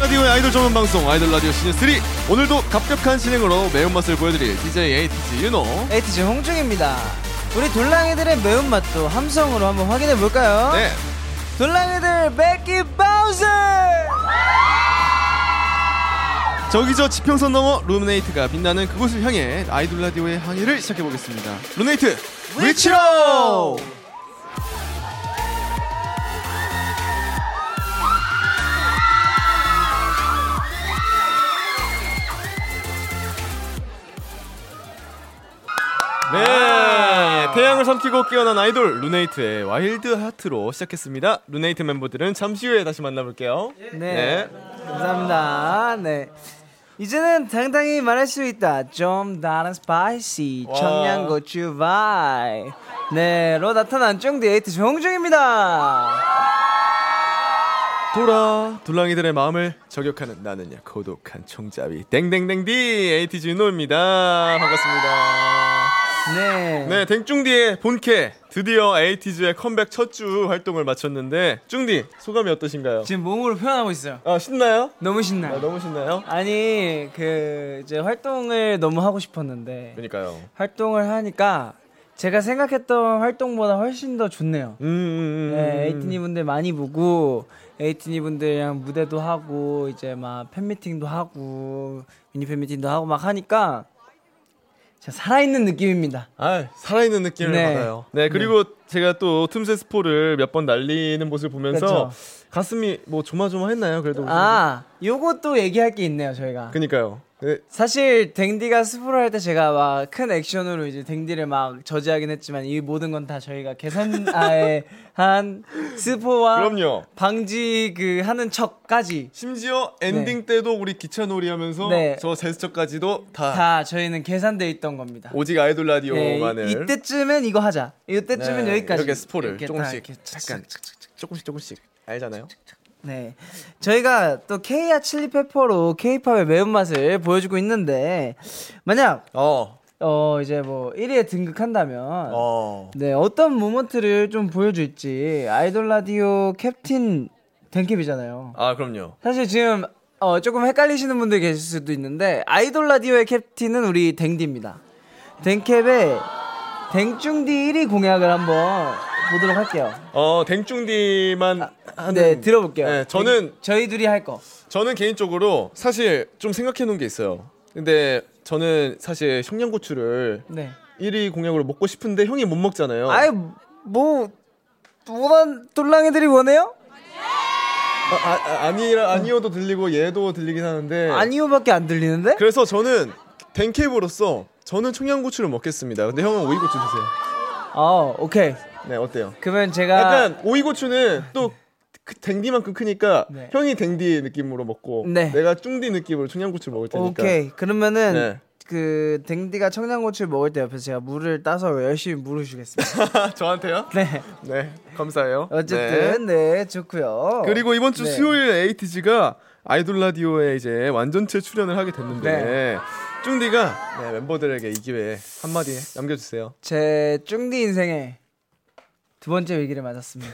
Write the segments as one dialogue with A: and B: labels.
A: 라디오의 아이돌 전문 방송 아이돌 라디오 시즌 3 오늘도 갑격한 진행으로 매운맛을 보여드릴 DJ ATG 윤호
B: 에이티즈 홍중입니다. 우리 돌랑이들의 매운맛도 함성으로 한번 확인해 볼까요?
A: 네
B: 돌랑이들 백기 바우스!
A: 저기 저 지평선 너머 룸네이트가 빛나는 그곳을 향해 아이돌 라디오의 항해를 시작해 보겠습니다 룸네이트 위치로 네, 태양을 삼키고 깨어난 아이돌 루네이트의 와일드 하트로 시작했습니다. 루네이트 멤버들은 잠시 후에 다시 만나볼게요.
B: 네. 감사합니다. 네. 이제는 당당히 말할 수 있다. 좀 다른 스파이시 청양고추 바이. 네,로 나타난 쫑디 에이티즈 홍중입니다.
A: 돌아 돌랑이들의 마음을 저격하는 나는야 고독한 총잡이 땡땡땡디 에이티즈 윤호입니다 반갑습니다
B: 네.
A: 네 땡중디의 본캐 드디어 에이티즈의 컴백 첫 주 활동을 마쳤는데 중디 소감이 어떠신가요?
B: 지금 몸으로 표현하고 있어요.
A: 아 신나요?
B: 너무 신나요.
A: 아, 너무 신나요?
B: 아니 그 이제 활동을 너무 하고 싶었는데
A: 그러니까요
B: 활동을 하니까 제가 생각했던 활동보다 훨씬 더 좋네요.
A: 음, 음, 음,
B: 네,
A: 음.
B: 에이티니 분들 많이 보고 에이티니 분들이랑 무대도 하고 이제 막 팬미팅도 하고 미니 팬미팅도 하고 막 하니까 진짜 살아있는 느낌입니다.
A: 아, 살아있는 느낌을
B: 네.
A: 받아요. 네, 그리고 제가 또 틈새 스포를 몇 번 날리는 모습을 보면서
B: 그렇죠.
A: 가슴이 뭐 조마조마했나요? 그래도
B: 아, 요것도 얘기할 게 있네요, 저희가.
A: 그니까요. 네,
B: 사실 댕디가 스프를 할 때 제가 막 큰 액션으로 이제 댕디를 막 저지하긴 했지만 이 모든 건 다 저희가 계산하에 한 스포와
A: 그럼요.
B: 방지 그 하는 척까지
A: 심지어 엔딩 때도 우리 기차 놀이하면서
B: 네.
A: 저 제스처까지도 다,
B: 다 저희는 계산돼 있던 겁니다.
A: 아. 오직 아이돌
B: 네,
A: 라디오만을
B: 이- 이때쯤은 이거 하자. 이때쯤은
A: 네,
B: 여기까지.
A: 이렇게 스포를
B: 이렇게 다
A: 조금씩
B: 이렇게
A: 잠깐 조금씩 조금씩 알잖아요.
B: 네. 저희가 또 케이아 칠리페퍼로 케이팝의 매운맛을 보여주고 있는데 만약
A: 어,
B: 어 이제 뭐 1위에 등극한다면
A: 어.
B: 네, 어떤 모먼트를 좀 보여줄지 아이돌 라디오 캡틴 댕캡이잖아요.
A: 아 그럼요.
B: 사실 지금 어, 조금 헷갈리시는 분들 계실 수도 있는데 아이돌 라디오의 캡틴은 우리 댕디입니다. 댕캡의 댕중디 1위 공약을 한번 보도록 할게요.
A: 어 댕중디만 하는.
B: 네, 들어볼게요.
A: 네, 저는
B: 댕- 저희 둘이 할 거.
A: 저는 개인적으로 사실 좀 생각해 놓은 게 있어요. 근데 저는 사실 청양고추를
B: 네.
A: 1위 공약으로 먹고 싶은데 형이 못 먹잖아요.
B: 아이 뭐 원한 똘랑이들이 원해요?
A: 아, 아, 아니 아니어도 들리고 얘도 들리긴 하는데.
B: 아니요밖에 안 들리는데?
A: 네. 그래서 저는 댕캡으로서 저는 청양고추를 먹겠습니다. 근데 형은 오이고추 드세요.
B: 어, 오케이.
A: 네 어때요?
B: 그러면 제가
A: 약간 오이고추는 또 그- 댕디만큼 크니까
B: 네.
A: 형이 댕디 느낌으로 먹고
B: 네.
A: 내가 쭝디 느낌으로 청양고추를 먹을 테니까.
B: 오케이. 그러면은
A: 네.
B: 그 댕디가 청양고추를 먹을 때 옆에서 제가 물을 따서 열심히 물을 주겠습니다.
A: 저한테요?
B: 네.
A: 네 감사해요.
B: 어쨌든 네, 좋고요.
A: 그리고 이번 주
B: 네.
A: 수요일 에이티즈가 아이돌 라디오에 이제 완전체 출연을 하게 됐는데
B: 네.
A: 쭝디가 네, 멤버들에게 이 기회에 한마디 남겨주세요.
B: 제 쭝디 인생의 두 번째 위기를 맞았습니다.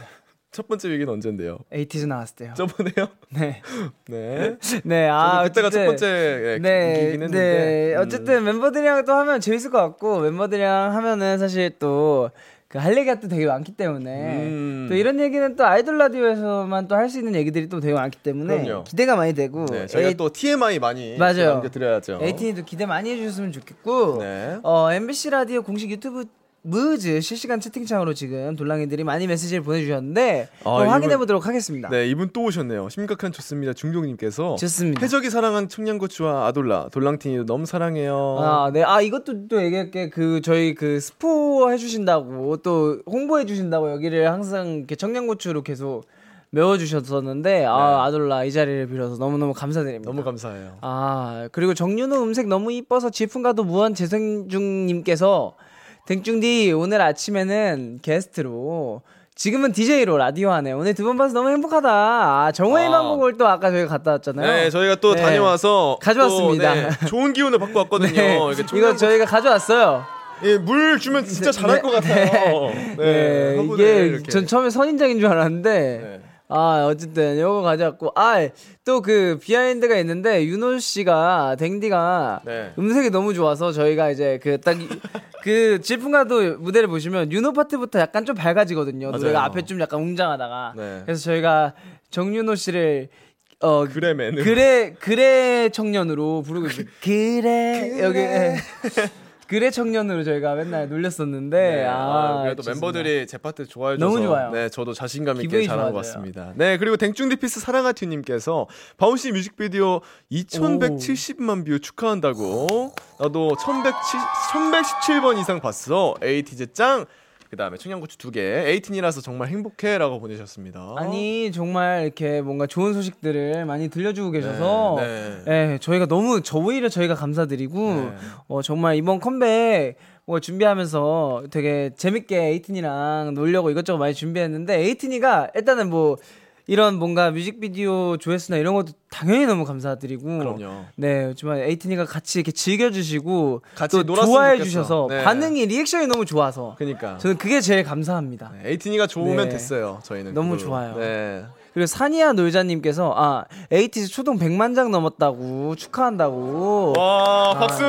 A: 첫 번째 위기는 언젠데요?
B: 에이티즈 나왔을 때요.
A: 저번에요?
B: 네.
A: 네.
B: 네. 아,
A: 아, 그때가 첫
B: 어쨌든-
A: 번째 네,
B: 네,
A: 기긴 했는데.
B: 네.
A: 음.
B: 어쨌든 멤버들이랑 또 하면 재밌을 것 같고 멤버들이랑 하면은 사실 또 그 할 얘기가 또 되게 많기 때문에
A: 음.
B: 또 이런 얘기는 또 아이돌 라디오에서만 또 할 수 있는 얘기들이 또 되게 많기 때문에
A: 그럼요.
B: 기대가 많이 되고
A: 네, 저희가
B: 어, 에이-
A: 또 TMI 많이
B: 맞아요.
A: 남겨드려야죠.
B: 에이틴이도 기대 많이 해주셨으면 좋겠고
A: 그렇죠. 네.
B: 어, MBC 라디오 공식 유튜브 무즈 실시간 채팅창으로 지금 돌랑이들이 많이 메시지를 보내주셨는데
A: 아,
B: 한번
A: 이분-
B: 확인해 보도록 하겠습니다.
A: 네, 이분 또 오셨네요. 심각한 좋습니다. 중종님께서
B: 좋습니다.
A: 해적이 사랑한 청양고추와 아돌라, 돌랑팅이도 너무 사랑해요.
B: 아, 네. 아, 이것도 또 얘기할게. 그, 저희 그 스포 해주신다고, 또 홍보해주신다고 여기를 항상 이렇게 청양고추로 계속 메워주셨었는데,
A: 네.
B: 아, 아돌라 이 자리를 빌어서 너무너무 감사드립니다.
A: 너무 감사해요.
B: 아, 그리고 정윤호 음색 너무 이뻐서 질풍가도 무한 재생 중님께서 댕중디 오늘 아침에는 게스트로 지금은 DJ로 라디오 하네. 오늘 두 번 봐서 너무 행복하다. 아, 정호의
A: 아.
B: 만곡을 또 아까 저희가 갔다 왔잖아요.
A: 네, 저희가 또
B: 네.
A: 다녀와서
B: 가져왔습니다.
A: 또, 네, 좋은 기운을 받고 왔거든요.
B: 네,
A: 이렇게 청양고추-
B: 이거 저희가 가져왔어요.
A: 예, 물 주면 진짜 잘할
B: 네,
A: 것 같아요.
B: 네,
A: 화분에
B: 이게
A: 이렇게.
B: 전 처음에 선인장인 줄 알았는데
A: 네.
B: 아, 어쨌든 요거 가져왔고 아, 또 그 비하인드가 있는데 윤호 씨가 댕디가
A: 네.
B: 음색이 너무 좋아서 저희가 이제 그 딱 그 질풍가도 무대를 보시면 윤호 파트부터 약간 좀 밝아지거든요.
A: 맞아요.
B: 노래가 앞에 좀 약간 웅장하다가
A: 네.
B: 그래서 저희가 정윤호 씨를 어
C: 네.
A: 그래맨.
B: 그래 그래 청년으로 부르고 있어요. 그래 여기 예. 그래 청년으로 저희가 맨날 놀렸었는데
C: 네,
B: 아,
C: 아, 그래도
B: 좋습니다.
C: 멤버들이 제 파트 좋아해줘서
B: 너무 좋아요.
C: 네, 저도 자신감 있게
B: 기분이
C: 잘한 것
B: 좋아져요.
C: 같습니다.
A: 네, 그리고 댕중디피스 사랑아튜님께서 바운씨 뮤직비디오 2170만 뷰 축하한다고. 나도 1170, 1117번 이상 봤어. 에이티즈 짱! 그 다음에 청양고추 두 개. 에이틴이라서 정말 행복해. 라고 보내셨습니다.
B: 아니 정말 이렇게 뭔가 좋은 소식들을 많이 들려주고 계셔서
C: 네.
B: 예, 저희가 너무 저 오히려 저희가 감사드리고 어, 정말 이번 컴백 뭐 준비하면서 되게 재밌게 에이튼이랑 놀려고 이것저것 많이 준비했는데 에이튼이가 일단은 뭐 이런 뭔가 뮤직비디오 조회수나 이런 것도 당연히 너무 감사드리고
C: 그럼요.
B: 네, 하지만 에이튼이가 같이 이렇게 즐겨주시고
A: 같이
B: 또
A: 놀았으면
B: 좋아해
A: 좋겠어.
B: 주셔서
A: 네.
B: 반응이 리액션이 너무 좋아서
A: 그니까.
B: 저는 그게 제일 감사합니다.
A: 그러니까. 네, 에이틴이가 좋으면
B: 네.
A: 됐어요. 저희는.
B: 너무
A: 그걸로.
B: 좋아요.
A: 네.
B: 그리고 사니아 놀자님께서 아 에이티즈 초동 100만 장 넘었다고 축하한다고 아,
A: 와, 박수!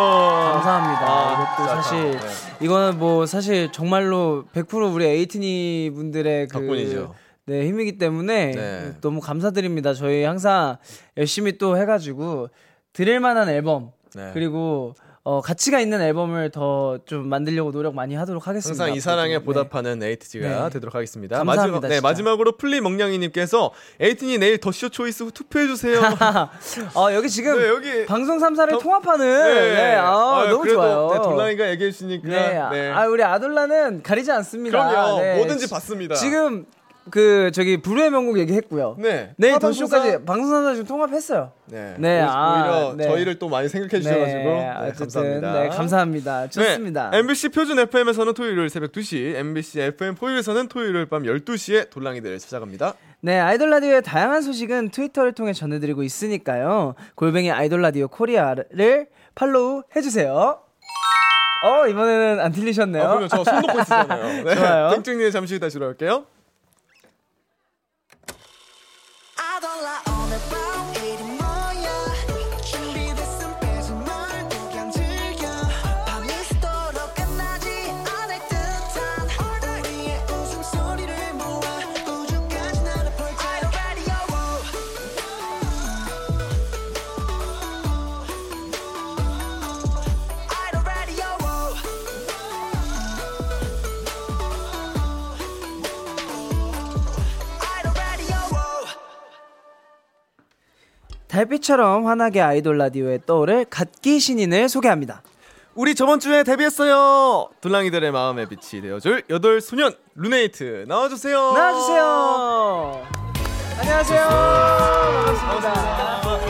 B: 감사합니다.
A: 아,
B: 이것도
A: 진짜 네.
B: 사실
A: 참,
B: 이거는 뭐 사실 정말로 100% 우리 에이티니 분들의 그
A: 덕분이죠.
B: 네 힘이기 때문에
A: 네.
B: 너무 감사드립니다. 저희 항상 열심히 또 해가지고 드릴 만한 앨범
A: 네.
B: 그리고 어, 가치가 있는 앨범을 더 좀 만들려고 노력 많이 하도록 하겠습니다.
A: 항상 이 사랑에
B: 앞으로도. 네.
A: 보답하는 에이티즈가
B: 네.
A: 되도록 하겠습니다.
B: 감사합니다,
A: 마지막, 네,
B: 진짜.
A: 마지막으로 플리 멍냥이님께서 에이틴이 내일 더쇼 초이스 투표해주세요.
B: 네. 아, 어, 여기 지금
A: 네, 여기
B: 방송 3사를 통합하는 네. 아, 너무
A: 그래도,
B: 좋아요.
A: 네, 돌랑이가 얘기해 주니까
B: 네, 아, 아, 우리 아돌라는 가리지 않습니다.
A: 그럼요.
B: 네.
A: 뭐든지 봤습니다.
B: 지금 그 저기 불후의 명곡 얘기했고요.
A: 네.
B: 내일
A: 화방송사-
B: 더쇼까지 방송 3사 지금 통합했어요.
A: 네.
B: 네,
A: 오-
B: 아,
A: 오히려
B: 네.
A: 저희를 또 많이 생각해 주셔 가지고 네,
B: 어쨌든,
A: 감사합니다.
B: 네, 감사합니다. 좋습니다.
A: 네, MBC 표준 FM에서는 토요일 새벽 2시, MBC FM 포유에서는 토요일 밤 12시에 돌랑이들을 찾아갑니다.
B: 네, 아이돌 라디오의 다양한 소식은 트위터를 통해 전해드리고 있으니까요. 골뱅이 아이돌 라디오 코리아를 팔로우 해주세요. 어, 이번에는 안 틀리셨네요.
A: 아, 그럼요. 저손 놓고 있었잖아요. 네.
B: 좋아요.
A: 땡땡님 잠시 후에 다시 돌아올게요.
D: 아돌라 오늘 밤 일이 뭐야 준비됐음 빼진 널 그냥 즐겨 밤이스도록 끝나지 않을 듯한 우리의 웃음소리를 모아 우주까지 날아볼자 아이돌 라디오 아이돌 라디오 아이돌 라디오
B: 달빛처럼 환하게 아이돌 라디오에 떠오를 갓기 신인을 소개합니다.
A: 우리 저번 주에 데뷔했어요. 둘랑이들의 마음에 빛이 되어줄 여덟 소년 루네이트 나와주세요.
B: 나와주세요. 안녕하세요. 반갑습니다.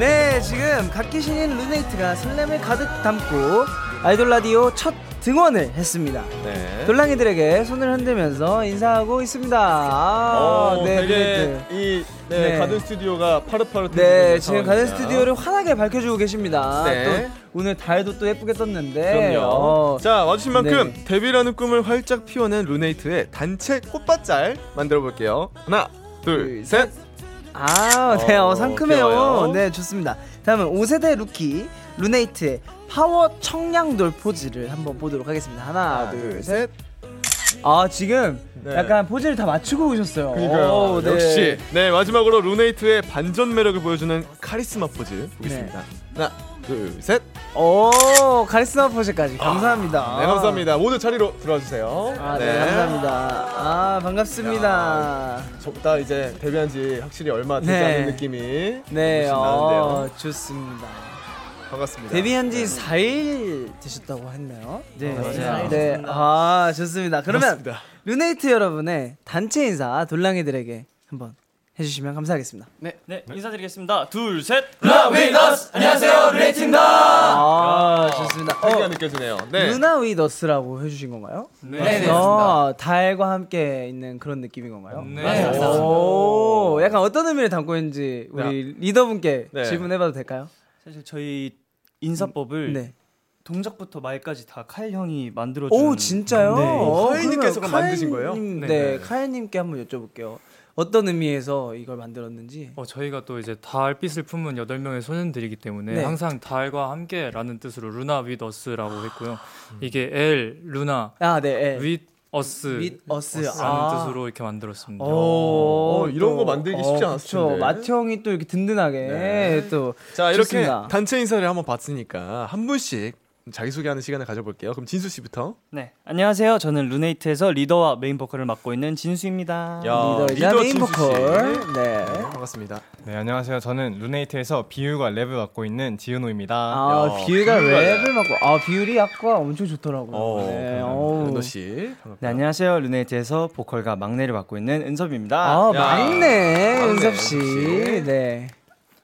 B: 네, 지금 갓기 신인 루네이트가 설렘을 가득 담고 아이돌 라디오 첫 등원을 했습니다.
A: 네.
B: 돌랑이들에게 손을 흔들면서 인사하고 있습니다. 아,
A: 어,
B: 네,
A: 되게
B: 루네이트.
A: 이 네,
B: 네.
A: 가든 스튜디오가 파릇파릇.
B: 네, 지금 가든 스튜디오를 환하게 밝혀주고 계십니다.
A: 네.
B: 또 오늘 달도 또 예쁘게 떴는데.
A: 그럼요.
B: 어,
A: 자 와주신 만큼
B: 네.
A: 데뷔라는 꿈을 활짝 피워낸 루네이트의 단체 꽃밭잘 만들어 볼게요. 하나, 둘,
B: 둘,
A: 셋.
B: 아, 네, 어,
A: 어,
B: 상큼해요.
A: 귀여워요.
B: 네, 좋습니다. 다음은 5세대 루키 루네이트의 파워 청량돌 포즈를 한번 보도록 하겠습니다. 하나, 둘, 셋. 아, 지금
A: 네.
B: 약간 포즈를 다 맞추고 오셨어요. 오, 네.
A: 역시. 네 마지막으로 루네이트의 반전 매력을 보여주는 카리스마 포즈 보겠습니다.
B: 네.
A: 하나, 둘, 셋.
B: 오, 카리스마 포즈까지 감사합니다.
A: 네 감사합니다. 모두 자리로 들어와 주세요.
B: 아, 네, 감사합니다. 아, 반갑습니다.
A: 저나 이제 데뷔한 지 확실히 얼마 되지
B: 네.
A: 않은 느낌이
B: 네,
A: 훨씬
B: 어,
A: 나는데요.
B: 좋습니다.
A: 반갑습니다.
B: 데뷔한 지 4일 되셨다고 했나요? 네,
A: 맞아요.
B: 네, 아, 좋습니다. 그러면
A: 반갑습니다.
B: 루네이트 여러분의 단체 인사 돌랑이들에게 한번 해주시면 감사하겠습니다.
E: 네, 인사드리겠습니다. 둘, 셋.
B: 아, 좋습니다.
A: 기가
B: 어,
A: 느껴지네요. 네.
B: 루나 위더스라고 해주신 건가요?
E: 네,
B: 아, 달과 함께 있는 그런 느낌인 건가요?
A: 네.
B: 네. 오, 약간 어떤 의미를 담고 있는지 우리 리더분께
A: 네.
B: 질문해봐도 될까요?
E: 사실 저희 인사법을
B: 네.
E: 동작부터 말까지 다 칼 형이 만들어 주는.
B: 오 진짜요?
E: 네.
B: 어,
A: 카이님께서
B: 그러면
A: 만드신 거예요?
B: 카이님, 네,
F: 네.
B: 카이님께 한번 여쭤볼게요. 어떤 의미에서 이걸 만들었는지.
F: 어, 저희가 또 이제 달빛을 품은 여덟 명의 소년들이기 때문에
B: 네.
F: 항상 달과 함께라는 뜻으로 루나 윗 어스라고 했고요. 이게 엘 루나
B: 아, 음. 네. 예.
F: 윗 어스
B: 윗 어스.
F: 라는
B: 아.
F: 뜻으로 이렇게 만들었습니다.
B: 오,
A: 어, 이런
B: 또,
A: 거 만들기 쉽지
B: 어,
A: 않았을
B: 그쵸.
A: 텐데. 네.
B: 마트 형이 또 이렇게 든든하게 또.
A: 자 이렇게
B: 좋습니다.
A: 단체 인사를 한번 봤으니까 한 분씩 자기 소개하는 시간을 가져볼게요. 그럼 진수 씨부터.
E: 네. 안녕하세요. 저는 루네이트에서 리더와 메인 보컬을 맡고 있는 진수입니다.
B: 리더이자
A: 아, 리더
B: 메인
A: 진수 씨.
B: 보컬. 네.
A: 네, 반갑습니다.
G: 네, 안녕하세요. 저는 루네이트에서 비율과 랩을 맡고 있는 지은호입니다.
B: 아, 비율가 랩을 맡고, 아, 비율이 아까 엄청 좋더라고요.
A: 어,
B: 네, 어우.
A: 은호 씨.
E: 네, 안녕하세요. 루네이트에서 보컬과 막내를 맡고 있는 은섭입니다.
B: 아,
A: 야.
B: 막내,
A: 막내,
B: 은섭 씨.
A: 역시.
B: 네.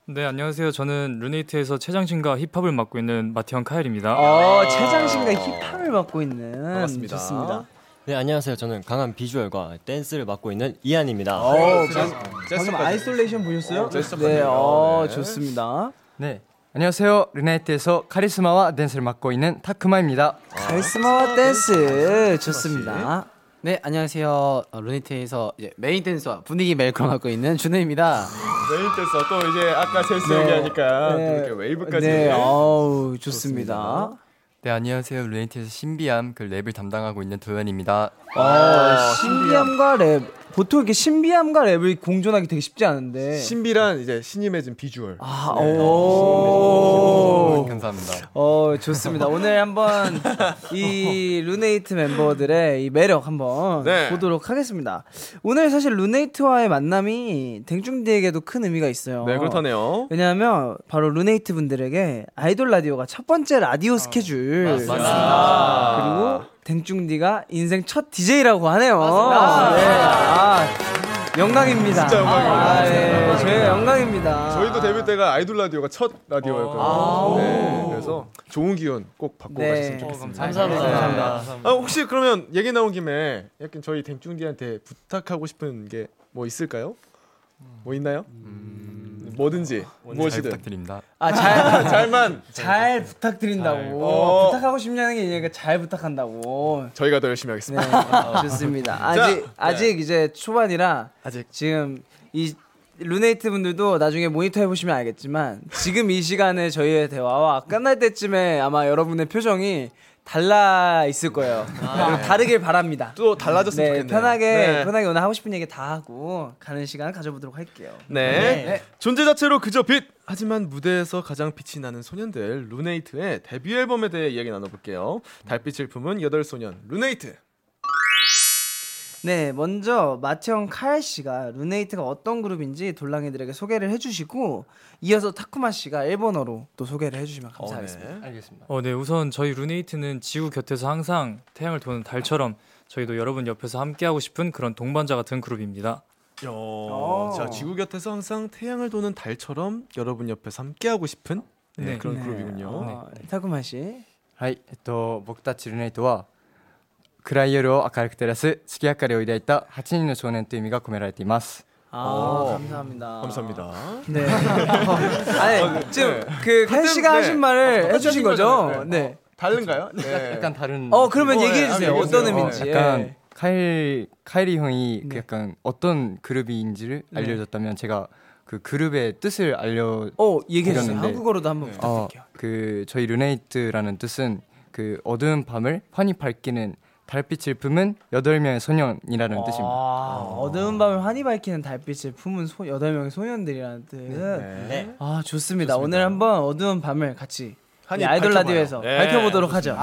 F: 네 안녕하세요. 저는 루네이트에서 최장신과 힙합을 맡고 있는 마티형 카일입니다.
B: 어, 최장신과 힙합을 맡고 있는.
A: 반갑습니다.
B: 좋습니다.
H: 네 안녕하세요. 저는 강한 비주얼과 댄스를 맡고 있는 이한입니다.
A: 네,
B: 어, 방금
A: 제스처까지.
B: 아이솔레이션 보셨어요?
A: 제스처까지.
B: 네, 어,
A: 네.
B: 좋습니다.
I: 네. 안녕하세요. 르네이트에서 카리스마와 댄스를 맡고 있는 타크마입니다.
A: 아, 네.
B: 카리스마와 댄스 좋습니다.
J: 네, 안녕하세요. 어, 루네이트에서 이제 메인 댄서와 분위기
A: 네.
B: 네,
J: 메이커를 맡고 있는 준우입니다.
A: 메인댄서 또 이제 아까 제스 얘기하니까 또 이렇게 웨이브까지.
B: 네, 어우 좋습니다.
I: 네, 안녕하세요. 르네이트에서 신비함 그 랩을 담당하고 있는 도현입니다.
A: 아,
B: 어, 신비함과 랩 보통 이렇게 신비함과 랩을 공존하기 되게 쉽지 않은데.
A: 신비란 네. 이제 신임해진 비주얼.
B: 네. 아,
G: 네,
B: 오.
I: 감사합니다.
B: 어, 좋습니다. 오늘 한번 이 루네이트 멤버들의 이 매력 한번
A: 네.
B: 보도록 하겠습니다. 오늘 사실 루네이트와의 만남이 댕중디에게도 큰 의미가 있어요.
A: 네 그렇다네요.
B: 왜냐하면 바로 루네이트 분들에게 아이돌 라디오가 첫 번째 라디오 스케줄
A: 아.
B: 그리고 댕중디가 인생 첫 DJ라고 하네요. 네. 아, 영광입니다.
A: 진짜 영광입니다.
B: 아, 예. 저희 영광입니다.
A: 저희도 데뷔 때가 아이돌 라디오가 첫 라디오였거든요.
B: 아.
A: 네, 그래서 좋은 기운 꼭 받고
B: 네.
A: 가셨으면
F: 어,
A: 좋겠습니다.
F: 감사합니다.
A: 아, 혹시 그러면 얘기 나온 김에 약간 저희 댕중디한테 부탁하고 싶은 게 뭐 있을까요? 뭐 있나요? 뭐든지
I: 잘
A: 무엇이든
I: 부탁드립니다.
B: 아, 잘,
A: 잘만
B: 잘 부탁드린다고.
A: 어.
B: 부탁하고 싶냐는 게 얘가 잘 부탁한다고.
A: 저희가 더 열심히 하겠습니다.
B: 네, 좋습니다.
A: 아. 자, 네.
B: 아직 아직 이제 초반이라
A: 아직.
B: 지금 이 루네이트 분들도 나중에 모니터해 보시면 알겠지만 지금 이 시간에 저희의 대화와 끝날 때쯤에 아마 여러분의 표정이 달라 있을 거예요. 그리고 다르길 바랍니다.
A: 아, 네. 또 달라졌으면
B: 네,
A: 좋겠네요.
B: 편하게
A: 네.
B: 편하게 오늘 하고 싶은 얘기 다 하고 가는 시간 가져보도록 할게요.
A: 네. 존재 자체로 그저 빛. 하지만 무대에서 가장 빛이 나는 소년들 루네이트의 데뷔 앨범에 대해 이야기 나눠볼게요. 달빛을 품은 여덟 소년 루네이트.
B: 네, 먼저 마태형 카일 씨가 루네이트가 어떤 그룹인지 돌랑이들에게 소개를 해주시고 이어서 타쿠마 씨가 일본어로 또 소개를 해주시면 감사하겠습니다.
A: 어, 네.
I: 알겠습니다.
F: 어, 네 우선 저희 루네이트는 지구 곁에서 항상 태양을 도는 달처럼 저희도 여러분 옆에서 함께하고 싶은 그런 동반자 같은 그룹입니다.
A: 어, 자 지구 곁에서 항상 태양을 도는 달처럼 여러분 옆에서 함께하고 싶은 네,
F: 네.
A: 그런
B: 네.
A: 그룹이군요.
B: 어, 타쿠마 씨.
I: はい、えっと、僕たちルネイトは、暗い夜を明るく照らす月明かりを抱いた8人の少年という意味が込められています。
B: 아, 감사합니다.
A: 감사합니다.
B: 네. 아니, 지금 그 카일 씨가
A: 네.
B: 하신 말을
A: 어,
B: 해주신
A: 하신
B: 거죠?
A: 거잖아요.
B: 네.
A: 다른가요? 네.
I: 若干たるん
B: 어, 그러면
A: 어,
B: 얘기해
A: 네,
B: 주세요.
A: 한번
B: 어떤
A: 얘기해
I: 어,
B: 의미인지.
I: 약간
B: 예.
I: 카일 카일이 형이
B: 네.
I: 그 약간 어떤 그룹인지를
G: 네.
I: 알려줬다면 제가 그 그룹의 뜻을 알려
B: 어, 얘기해 주세요.
I: 드렸는데. 네.
B: 한국어로도 한번 부탁드릴게요.
I: 어그 저희 르네이트라는 뜻은 그 어두운 밤을 환히 밝히는 달빛을 품은 여덟 명의 소년이라는 뜻입니다.
B: 아, 어두운 밤을 환히 밝히는 달빛을 품은 소, 8명의 소년들이라는 뜻.
A: 네.
B: 아, 좋습니다. 오늘 한번 어두운 밤을 같이 이
A: 한입
B: 아이돌
A: 밝혀봐요.
B: 라디오에서
A: 네.
B: 밝혀보도록 하죠.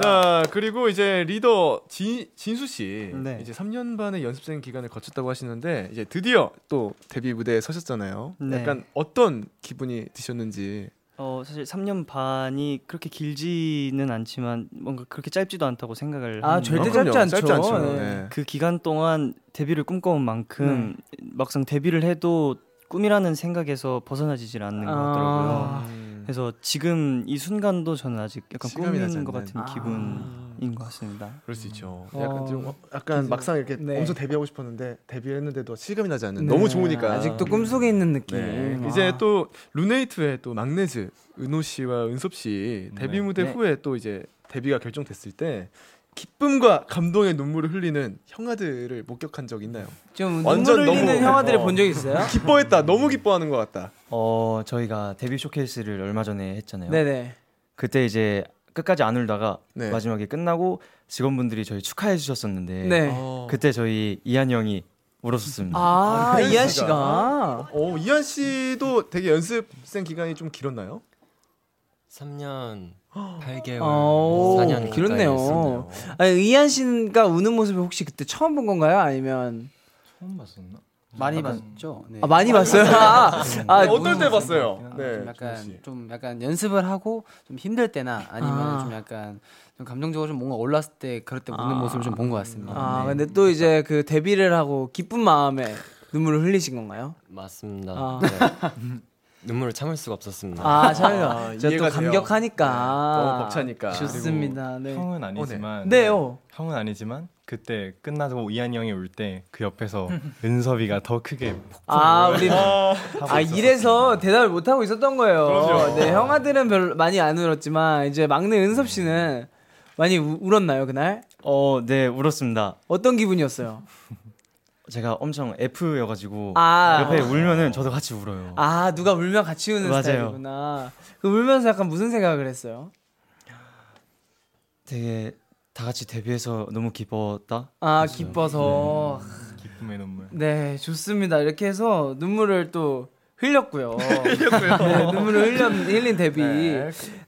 A: 자 그리고 이제 리더 진, 진수 씨
E: 네.
A: 이제 3년 반의 연습생 기간을 거쳤다고 하시는데 이제 드디어 또 데뷔 무대에 서셨잖아요.
E: 네.
A: 약간 어떤 기분이 드셨는지.
E: 어, 사실 3년 반이 그렇게 길지는 않지만 뭔가 그렇게 짧지도 않다고 생각을
B: 아,
E: 합니다.
B: 절대
A: 아, 그럼요.
B: 짧지 않죠.
A: 짧지 않죠.
B: 네.
A: 네.
E: 그 기간 동안 데뷔를 꿈꿔온 만큼
C: 네.
E: 막상 데뷔를 해도 꿈이라는 생각에서 벗어나지질 않는 것 같더라고요.
B: 아.
E: 그래서 지금 이 순간도 저는 아직 약간
A: 실감이 나지
E: 꿈인 것
A: 않는.
E: 같은
B: 아.
E: 인것 같습니다.
A: 그럴 수 있죠.
B: 음.
A: 약간
B: 어,
A: 좀 어, 약간
B: 그래서-
A: 막상 이렇게
B: 네.
A: 엄청 데뷔하고 싶었는데 데뷔했는데도 실감이 나지 않는
B: 네,
A: 너무 좋으니까
B: 아직도 꿈속에 있는 느낌. 음, 아.
A: 네.
B: 와.
A: 이제 또 루네이트의 또 막내즈 은호 씨와 은섭 씨 데뷔
G: 네.
A: 무대
J: 네.
A: 후에 또 이제 데뷔가 결정됐을 때 기쁨과 감동의 눈물을 흘리는 형아들을 목격한 적 있나요?
B: 좀
A: 완전
B: 눈물 흘리는
A: 너무-
B: 형아들을
A: 어.
B: 본 적 있어요?
A: 기뻐했다. 너무 기뻐하는 것 같다.
C: 어 저희가 데뷔 쇼케이스를 얼마 전에 했잖아요.
B: 네네.
C: 그때 이제 끝까지 안 울다가
A: 네.
C: 마지막에 끝나고 직원분들이 저희 축하해 주셨었는데
B: 네.
A: 어.
C: 그때 저희 이한 형이 울었었습니다.
B: 아,
A: 그래요?
B: 이한 씨가.
A: 어, 이한 씨도 되게 연습생 기간이 좀 길었나요?
H: 3년 8개월,
I: 아,
B: 오,
H: 4년
B: 길었네요. 아니, 이한 씨가 우는 모습을 혹시 그때 처음 본 건가요? 아니면
G: 처음 봤었나?
J: 많이 봤죠. 네.
B: 아, 많이 봤어요. 아, 아,
A: 네, 어떨 때 봤어요?
J: 좀
A: 네. 준호
J: 약간
A: 씨.
J: 좀 약간 연습을 하고 좀 힘들 때나 아니면
B: 아.
J: 좀 약간 좀 감정적으로 좀 뭔가 올랐을 때 그럴 때 우는
B: 아.
J: 모습을 좀 본 것 같습니다.
B: 아,
J: 네.
B: 근데 또 이제 그 데뷔를 하고 기쁜 마음에 눈물을 흘리신 건가요?
H: 맞습니다.
B: 아.
H: 네. 눈물을 참을 수가 없었습니다.
B: 아, 저희가
A: 아,
B: 제가 또
A: 이해가 돼요. 네,
B: 감격하니까. 아,
A: 너무 벅차니까.
B: 좋습니다. 네.
G: 형은 아니지만
B: 네요. 어.
G: 형은 아니지만 그때 끝나고 이한이 형이 울 때 그 옆에서 은섭이가 더 크게
B: 아, 우리
G: 하고
B: 아
G: 있었어요.
B: 이래서 대답을 못 하고 있었던 거예요.
A: 그럼요.
B: 네, 형아들은 별로 많이 안 울었지만 이제 막내 은섭 씨는 많이 우- 울었나요 그날?
C: 어, 네, 울었습니다.
B: 어떤 기분이었어요?
C: 제가 엄청 F여 가지고
B: 아,
C: 옆에 울면은 저도 같이 울어요.
B: 아 누가 울면 같이 우는
C: 맞아요.
B: 스타일이구나. 그 울면서 약간 무슨 생각을 했어요?
C: 되게 다 같이 데뷔해서 너무 기뻤다.
B: 아 기뻐서
G: 기쁨의 눈물.
B: 네 좋습니다. 이렇게 해서 눈물을 또 흘렸고요. 네, 눈물을 흘렸, 흘린 데뷔.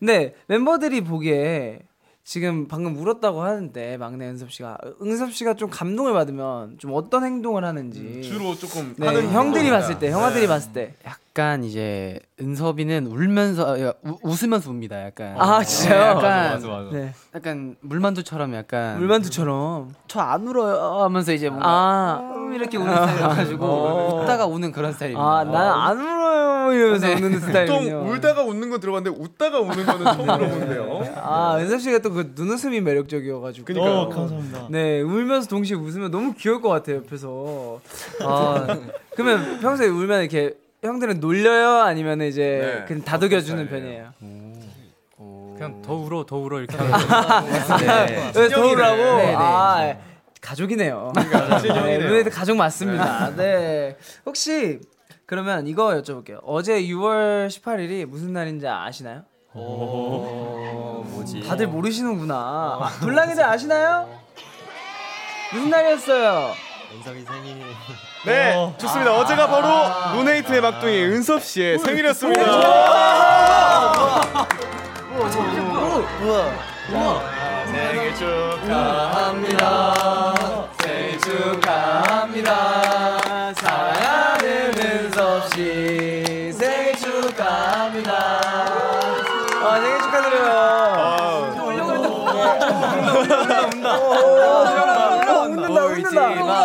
B: 네 멤버들이 보기에 지금 방금 울었다고 하는데 막내 은섭 씨가 은섭 씨가 좀 감동을 받으면 좀 어떤 행동을 하는지
A: 주로 조금
B: 네,
A: 하는
B: 형들이
A: 행동이다.
B: 봤을 때 형아들이
A: 네.
B: 봤을 때.
J: 약간 이제 은섭이는 울면서 야, 우- 웃으면서 웁니다. 약간
B: 아 진짜요?
J: 약간
G: 맞아 맞아.
B: 네
J: 약간 물만두처럼 약간
B: 물만두처럼.
J: 저 안 울어요 하면서 이제 뭔가
B: 아.
J: 음, 이렇게 우는 스타일이어가지고 웃다가 우는 그런 스타일입니다.
B: 아, 난 안 울어요 이러면서
J: 네.
B: 우는 스타일이요.
A: 보통 울다가 웃는 건 들어봤는데 웃다가 우는 거는 처음 들어보는데요.
B: 아 은섭 씨가 또 그 눈웃음이 매력적이어가지고.
A: 그러니까요.
B: 어,
C: 감사합니다.
B: 네 울면서 동시에 웃으면 너무 귀여울 것 같아요 옆에서. 아 그러면 평소에 울면 이렇게 형들은 놀려요 아니면 이제
A: 네,
B: 그냥 다독여주는 편이에요.
F: 그냥 더 울어 더 울어 이렇게 하면
B: 네, 더우라고.
J: 네, 네.
B: 아, 가족이네요. 네, 루네이트 가족 맞습니다. 네. 혹시 그러면 이거 여쭤볼게요. 어제 6월 18일이 무슨 날인지 아시나요? 뭐지? 다들 모르시는구나. 불랑이들 아시나요? 무슨 날이었어요?
H: 은섭이 생일.
A: 네, 좋습니다. 어제가 바로 루네이트의 막둥이 은섭 씨의 생일이었습니다. 생일 축하합니다. 생일
B: 축하합니다. 사랑하는 은섭 씨 생일 축하합니다. 아 생일 축하드려요. 울려 울려 울려 운다 운다 운다 운다 운다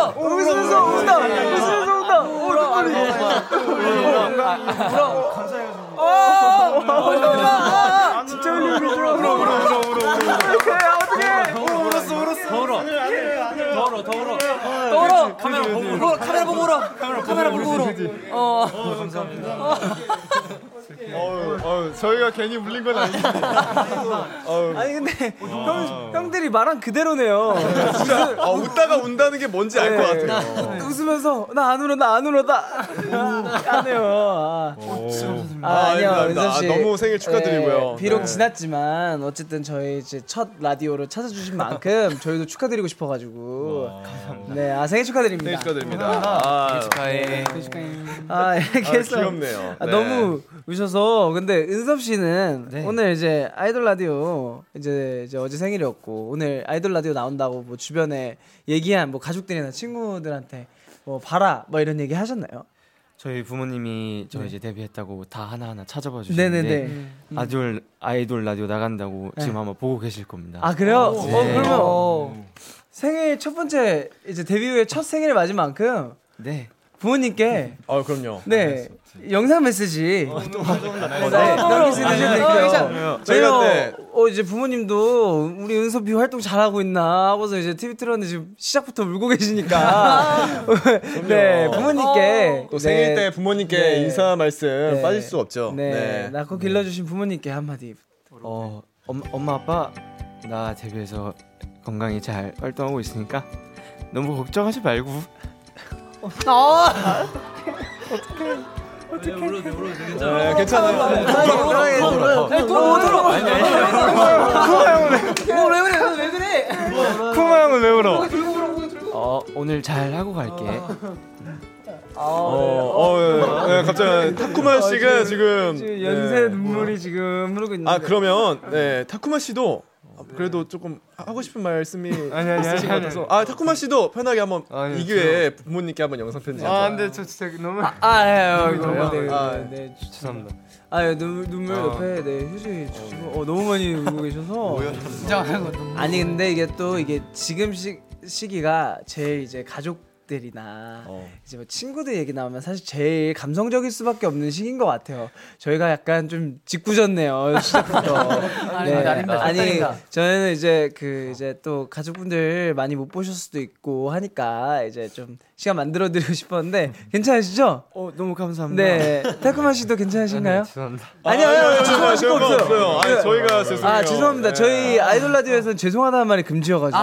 B: 웃으면서 운다 웃으면서 운다 울어 아니 울어 울어 감사해요. 진짜 울려 울려 울어 울어 울어 울어 어떡해 어떡해 울었어 울었어 또 울어 카메라 보고 울어 카메라 보고 울어 카메라 보고 울어 어
A: 어, 저희가 괜히 물린 건 아니죠.
B: 아니 근데 형 형들이 말한 그대로네요
A: 진짜 어, 웃다가 운다는 게 뭔지 알 것 같아요.
B: 네. 웃으면서 나 안 울어 나 안 울어 나안 해요 아. 아,
A: 아,
B: 아니요
A: 아닙니다.
B: 은섭 씨
A: 아, 너무 생일 축하드리고요.
B: 네, 비록
A: 네.
B: 지났지만 어쨌든 저희 이제 첫 라디오를 찾아주신 만큼 저희도 축하드리고 싶어가지고 네아 생일 축하드립니다
A: 생일 축하드립니다. 아,
B: 아 이렇게
A: 아,
B: 해서
A: 귀엽네요.
B: 아,
A: 네.
B: 너무 우셔서 근데 은섭 씨는 오늘 이제 아이돌 라디오 이제, 이제 어제 생일이었고 오늘 아이돌 라디오 나온다고 뭐 주변에 얘기한 뭐 가족들이나 친구들한테 뭐 봐라 뭐 이런 얘기 하셨나요?
C: 저희 부모님이 저 이제 데뷔했다고 다 하나하나 찾아봐
B: 네.
C: 주시는데
B: 네네네. 네.
C: 아이돌 아이돌 라디오 나간다고 지금 아마 보고 계실 겁니다.
B: 아 그래요? 어
C: 네.
B: 그러면 생일 첫 번째 이제 데뷔 후에 첫 생일을 맞은 만큼
C: 네.
B: 부모님께
A: 아 그럼요.
B: 네 영상 메시지 네, 또
C: 네. 아,
A: 어, 저희가 네.
B: 어 이제 부모님도 우리 은섭이 활동 잘하고 있나 하고서 이제 TV 틀었는데 지금 시작부터 울고 계시니까 네 부모님께
A: 어. 또
B: 네.
A: 생일 때 부모님께
B: 네.
A: 인사 말씀
B: 네.
A: 빠질 수 없죠.
B: 네,
A: 네.
B: 낳고 길러주신 부모님께 한마디
C: 어, 엄, 엄마 아빠 나 데뷔해서 건강히 잘 활동하고 있으니까 너무 걱정하지 말고 어,
D: 아.
A: 네, 괜찮아요. 돌아요.
B: 돌아요. 돌아요.
A: 아니, 아니, 아니.
B: 뭐왜 그래 너왜 그래
C: 쿠마 형은 왜 울어?
B: 들고 그러고
C: 어 오늘 잘 하고
B: 아.
C: 갈게
A: 어, 어, 예, 예, 갑자기 타쿠마 씨가 지금
B: 지금
A: 네.
B: 연세 눈물이 지금 흐르고 있는데
A: 아 그러면 네 타쿠마 씨도 아, 그래도 조금 하고 싶은 말씀이
I: 아니, 아니,
A: 있으신 것
I: 아니,
A: 같아서 아 타쿠마 씨도 편하게 한번 이 기회에 부모님께 한번 영상 편지
I: 아,
A: 한번.
I: 근데 저 진짜 너무.
B: 아, 예, 예,
A: 그래요?
B: 그래요? 네,
A: 아,
B: 네, 네, 주-
I: 죄송합니다.
B: 아, 예, 눈물, 눈물
I: 어.
B: 옆에 네 휴지 주시고 어, 너무 많이 울고 계셔서
J: 진정하고 눈물.
B: 아니 근데 이게 또 이게 지금 시, 시기가 제일 이제 가족들이나 이제 뭐 친구들 얘기 나오면 사실 제일 감성적일 수밖에 없는 시기인 것 같아요. 저희가 약간 좀 짓궂었네요 시작부터. 네.
J: 아닙니다, 아닙니다.
B: 아니
J: 적당히가.
B: 저는 이제 그 이제 또 가족분들 많이 못 보실 수도 있고 하니까 이제 좀 시간 만들어 드리고 싶었는데 괜찮으시죠?
C: 어 너무 감사합니다
B: 네, 달콤한 씨도 괜찮으신가요?
I: 죄송합니다.
B: 아니요,
A: 아니요,
B: 아니요,
A: 아니요,
B: 죄송할
A: 죄송할
B: 거
A: 거
B: 없어요.
A: 없어요. 아니,
B: 네.
A: 저희가 죄송해요.
B: 아, 죄송합니다.
A: 네.
B: 저희 아이돌 라디오에서는 죄송하다는 말이 금지여가지고.